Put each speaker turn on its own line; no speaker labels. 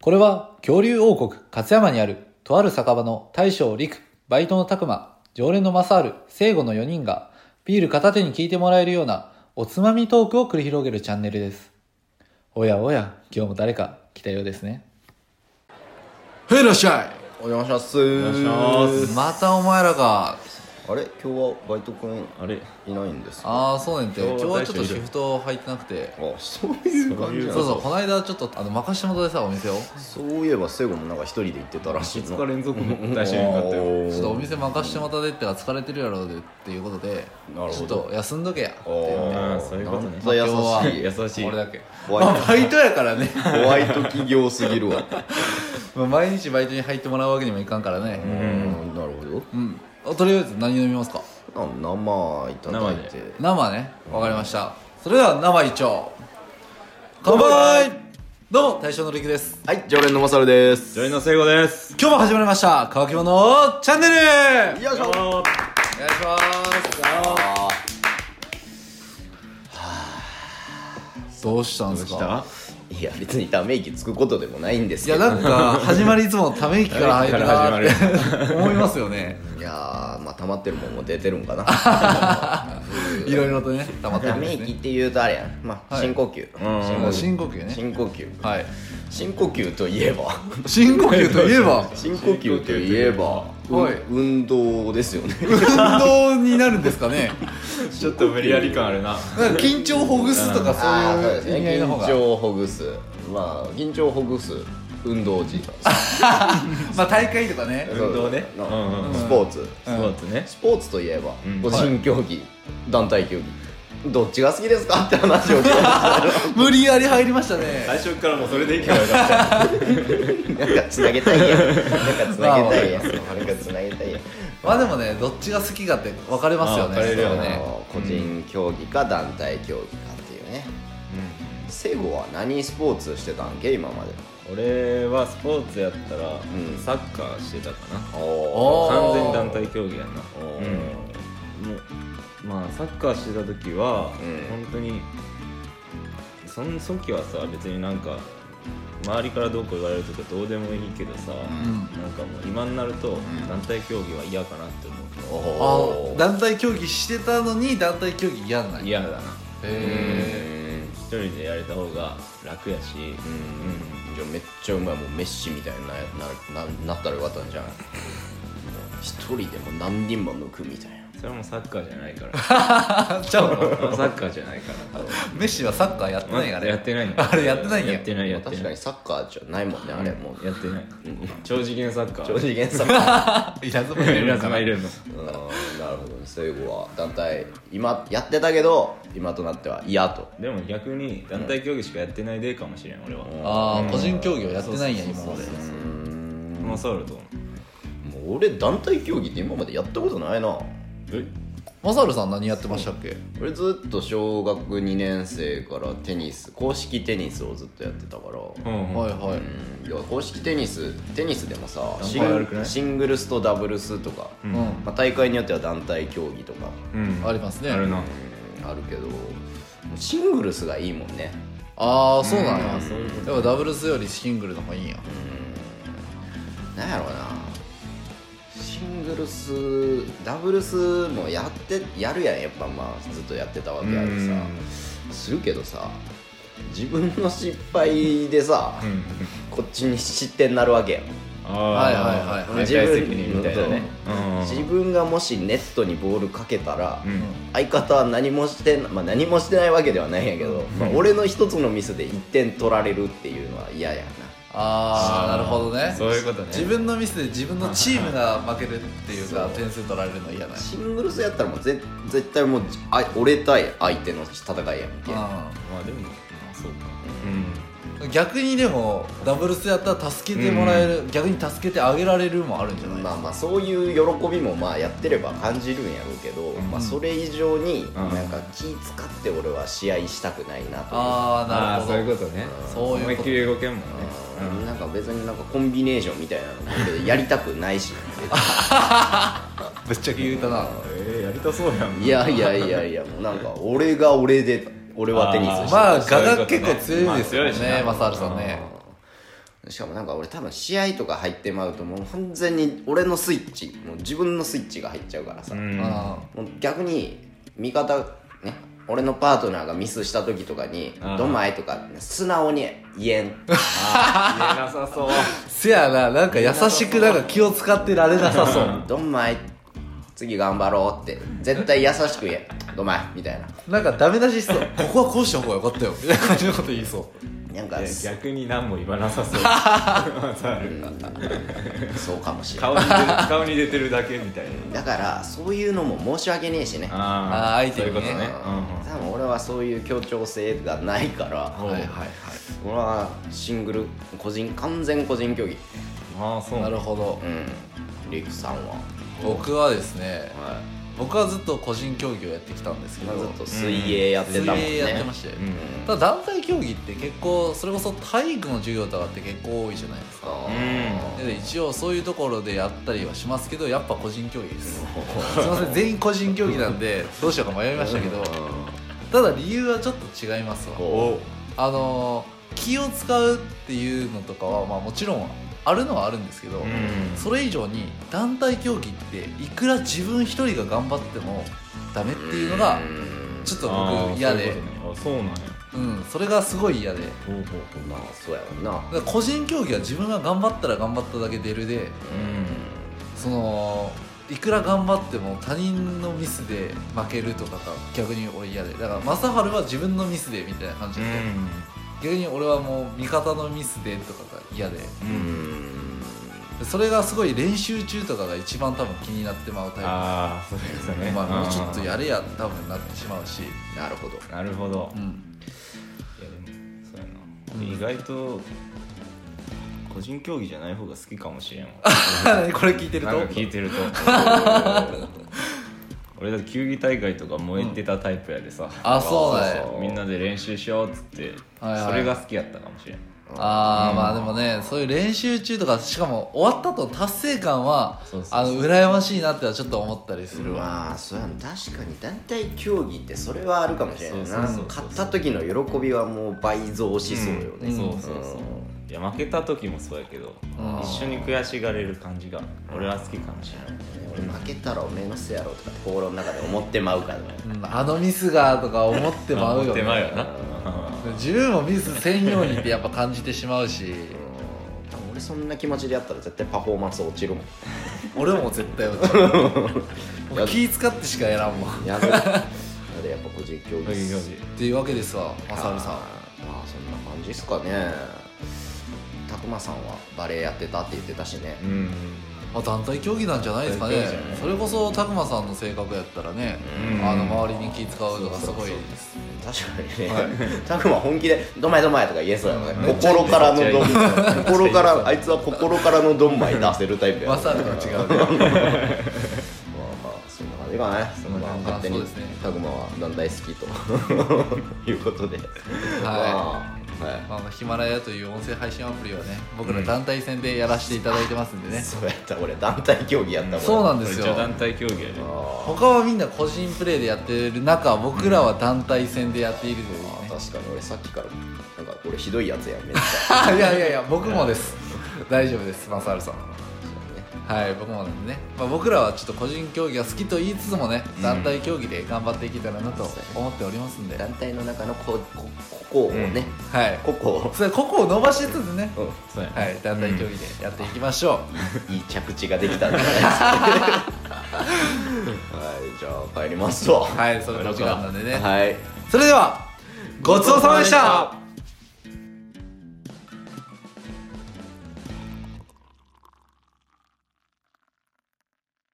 これは恐竜王国勝山にあるとある酒場の大将陸、バイトの拓馬、常連の正ル、聖護の4人がビール片手に聞いてもらえるようなおつまみトークを繰り広げるチャンネルです。おやおや、今日も誰か来たようですね。
はい、いらっしゃい
お邪魔しますお
お願いします
またお前らか。
あれ今日はバイト君
あれ
いないんですか
ああ、そうねんて。今
今
日
日
は
は
ち
ち
ょっと
ょっと
シ
シ
フ
フ
ト入ってなくて。
あそういう感じな
そう
んです
そう、
か
この間ちょっと、あの、任し元でさ、お店を。ち
そういえばセゴもなんか一人で行ってたらしい
2日
の
連続の大試合になったよ
ょっとお店任してもらったでってが疲れてるやろうでっていうことで、
なる
ちょ
ほ
っ
ど
と休んどけや。
あー
あーそういうことね
なんだ優しい
今日は優しい
俺だけ。
ホワイト
まあバイトやからね。
ホワイト企業すぎるわ
まあ毎日バイトに入ってもらうわけにもいかんから
う
ね。
んなるほど
うん。あとりあえず何飲みますか
あ生いただいて
生ね。わかりました。それでは生一丁。乾杯どうも、大将のりくです。
はい常連のマサルです
ジョイの聖護です
今日も始まりました、乾き物チャンネルお願いし
よいしょ
ます。どうしたんですか
いや別にため息つくことでもないんで
い
すけ
や、
ど
なんか、始まりいつもため息から入るな ーって思いますよね。
いやーまあ溜まってるもんも出てるんかな
いろいろとね、溜まってる
た
んで
め
すね
息って言うとあれやんまあ
はい
深呼吸
あの深呼吸ね。
深呼吸
はい。
深呼吸といえば
深呼吸といえ ば、
深呼吸といえば
はい
運動ですよね
運動になるんですかね。
ちょっと無理やり感あるな
なんか緊張をほぐすとか
あ あそうで
そう
す
いう意味合い
ね
の方
緊
が。
張をほぐすまあ緊張をほぐす運動時間
まあ大会とかね。
運動ね
そう
うんうんうん
スポーツ
そうだったね
スポーツといえば
うん
個人競技団体競技どっちが好きですかって話を 聞いた
無理やり入りましたね。
最初からもうそれでいけばよかった
なんかつなげたいやんなんかつなげたいやん
ま
なんかつなげたいやん
まあでもね、どっちが好きかって分かれますよね。
あ分かれるよ
あ
ね
の個人競技か団体競技かっていうねセゴは何スポーツしてたんけ今まで
俺はスポーツやったら
ん
サッカーしてたかな
お
ー
完全に団体競技やな
おー
うんもうまあサッカーしてた時は
うん
本当にその時はさ別になんか周りからどうこう言われるとかどうでもいいけどさ
うん
なんかもう今になると団体競技は嫌かなって思う
あ
お
団体競技してたのに団体競技嫌なんや。
嫌だな
へ
一人でやれた方が楽やし
うんじゃあめっちゃうまいもうメッシみたいにななななったらよかったんじゃん一人でも何人も抜くみたいな
それはもうサッカーじゃないから
ーちゃうの
サッカーじゃないか
メッシはサッカーやって
ら
ないから
やってないんだ
あれやってないんや
やってないやって
確
な
か
い
にサッカーじゃないもんねあれもう
やってない超次元サッカー
超次元サッカー
イラズマ入れ
イ
る
ラ
ん
ズ
か
マ
な
入れるの
うんなるほどねそういう子は団体今やってたけど今となっては嫌と
でも逆に団体競技しかやってないでかもしれん俺は
ああ、個人競技をやってないんや、今まで。
マサールと
もう俺団体競技って今までやったことないな
え
マサルさん何やってましたっけ
俺ずっと小学2年生からテニス公式テニスをずっとやってたから
うん
はいは
うんいや公式テニステニスでもさシン
あんまり悪くない
シングルスとダブルスとか、
う
い。
ん
う
まあ、大会によっては団体競技とか、
うん
ん。ありますね。
あるな
うんあるけどシングルスがいいもんね
ああそうなんや
うんそういうこ
やっぱダブルスよりシングルの方がいいんや
なんやろうなシングルスダブルスもやってやるやんやっぱまあずっとやってたわけやでさするけどさ自分の失敗でさ、
うん
こっちに失点になるわけやん
あ
はいはいはい
あ自分責任みたいなね
自分がもしネットにボールかけたら、
うん
相方は何もしてな、まあ、何もしてないわけではないんやけど、まあ、俺の一つのミスで1点取られるっていうのは嫌やな
ああなるほどね
そういうことね
自分のミスで自分のチームが負けるっていうか点数取られるの嫌だよ
シングルスやったらもうぜ絶対もうあ折れたい相手の戦いやんけ
まあでもまあそうかうん
うん逆にでもダブルスやったら助けてもらえる逆に助けてあげられるもあるんじゃない
まあまあそういう喜びもまあやってれば感じるんやろうけど、
ん
まあ、それ以上に
ん
なんか気使って俺は試合したくないなというか
ああなるほど
とね
そういうこと
思いっきり動けんもんねうん
なんか別になんかコンビネーションみたいなのだけどやりたくないし
ぶっちゃけ言うたな
えーやりたそうやん
いやいやいやいやもうなんか俺が俺で俺はテニスして
まあ
そういう
我が
ことね
結構強いですよ
まあ強いし
ね
な
マサールさんね
しかもなんか俺多分試合とか入ってまうともう完全に俺のスイッチもう自分のスイッチが入っちゃうからさ、
うん
あ
もう逆に味方ね俺のパートナーがミスした時とかに
あー
「どまい」とか素直に言えん
あー言えなさ そう
あせやななんか優しくなんか気を使ってられなさそう
「どまい」次頑張ろうって絶対優しく言え「どまい」みたいな
なんかダメ出ししそう。ここは こうした方が良かったよ。みたいな感じのこと言いそ
なんか
いや逆に何も言わな さそう
そうかもしれない
顔に出顔に出てるだけみたいな
だからそういうのも申し訳ねえしね
あ
あー相手にね
そういうことね、
多分俺はそういう協調性がないから、
う。
う。
はいはい
俺はシングル個人完全個人競技
ああそう
なる
ほ
ほど
う。んリクさんは
僕はですね、
は
僕はずっど僕はずっと個人競技をやってきたんですけ
今
ど、
ずっと水泳やってたもんね、
水泳やってましたよ。
うん
ただ団体競技って結構それこそ体育の授業とかって結構多いじゃないですか。
う
で一応そういうところでやったりはしますけどやっぱ個人競技 ですすいません全員個人競技なんでどうしようか迷いましたけどただ理由はちょっと違いますわ
お
あの気を使うっていうのとかは、まあ、もちろんあるのはあるんですけど、
うん
それ以上に団体競技っていくら自分一人が頑張ってもダメっていうのが
うん
ちょっと
あー
僕嫌で
そういうことねあそうなんや
うん、それがすごい嫌でだか
ほうほう
まあそうやろうな
ら個人競技は自分が頑張ったら頑張っただけ出るでそのいくら頑張っても他人のミスで負けるとかが逆に俺嫌でだから正治は自分のミスでみたいな感じで、逆に俺はもう味方のミスでとかが嫌で
う
うん
ん
それがすごい練習中とかが一番多分気になってまうタイ
ああそうです
プ
ね
まあもうちょっと
あ
やれや多分なってしまうし、
なるほど
ーなるほど
うん、
いやでもそうや
うん
な俺意外と個人競技じゃない方が好きかもしれんわ
これ聞いてると
なんか聞いてると 俺だって球技大会とか燃えてたタイプやでさ、
あそうなんや
そうみんなで練習しようっつって、
はいはい
それが好きやったかもしれん
ああまあでもねそういう練習中とかしかも終わった後の達成感は
そうそうそう
あの羨ましいなってはちょっと思ったりするわ
まあそうやん確かに団体競技ってそれはあるかもしれない
そう
な
そうそう
勝った時の喜びはもう倍増しそうよね、
うん
そうそうそう、いや負けた時もそうやけど、
うん
一緒に悔しがれる感じが俺は好きかもしれない
俺負けたらおめえのせやろとかって心の中で思ってまうからね
うんあのミスがとか思ってまうよ、
手前や
ね、
な
自分もミスせんようにってやっぱ感じてしまうし
うん多分俺そんな気持ちでやったら絶対パフォーマンス落ちるもん
俺も絶対落ち るもう気使ってしかやらんもんっ
やべだってやっぱ個人競
個
技
人 競
ていうわけですわまさるさん
あーまあそんな感じっすかねたくまさんはバレエやってたって言ってたしね
技うん
まあ、団体競技なんじゃないですか
団
ね
体競技じゃない
それこそ拓磨さんの性格やったらね、
うん
あの周りに気使うのがすごい
確かにね たくま本気で「どまいどまい」とか言えそうやもんね 心からの
めっちゃ
ど
言
ん
えそう
まい心からあいつは心からのどんまい出せるタイプや
ま
まあ
さると違うね
まあそんな感じかね
そんな感じ
まあ勝手
そう
に
ですね
たくまは団体好き ということで
は
まあはい
い、まあ、ヒマラヤという音声配信アプリはね僕ら団体戦でやらせていただいてますんでね、
そうやった俺団体競技やったもん
そうなん
め
で
っ
す
ちゃ
よ
団体競技やで
あ
他はみんな個人プレーでやってる中僕らは団体戦でやっているという
ー
ね、
確かに俺さっきからなんか俺ひどいやつやんめっちゃ
いやいやいや僕もです大丈夫ですマサルさんはい僕もなんでね、まあ、僕らはちょっと個人競技が好きと言いつつもね団体競技で頑張っていけたらなと思っておりますんで、
団体の中のここここをね、
はい
ここ
それここを伸ばしつつね、
を、
そうやな
はい団体競技でやっていきましょ
いい着地ができたんじゃ ないですかはいじゃあ帰りますわ
う、はいそれの時間なんでね、
はい
それではごちそうさまでした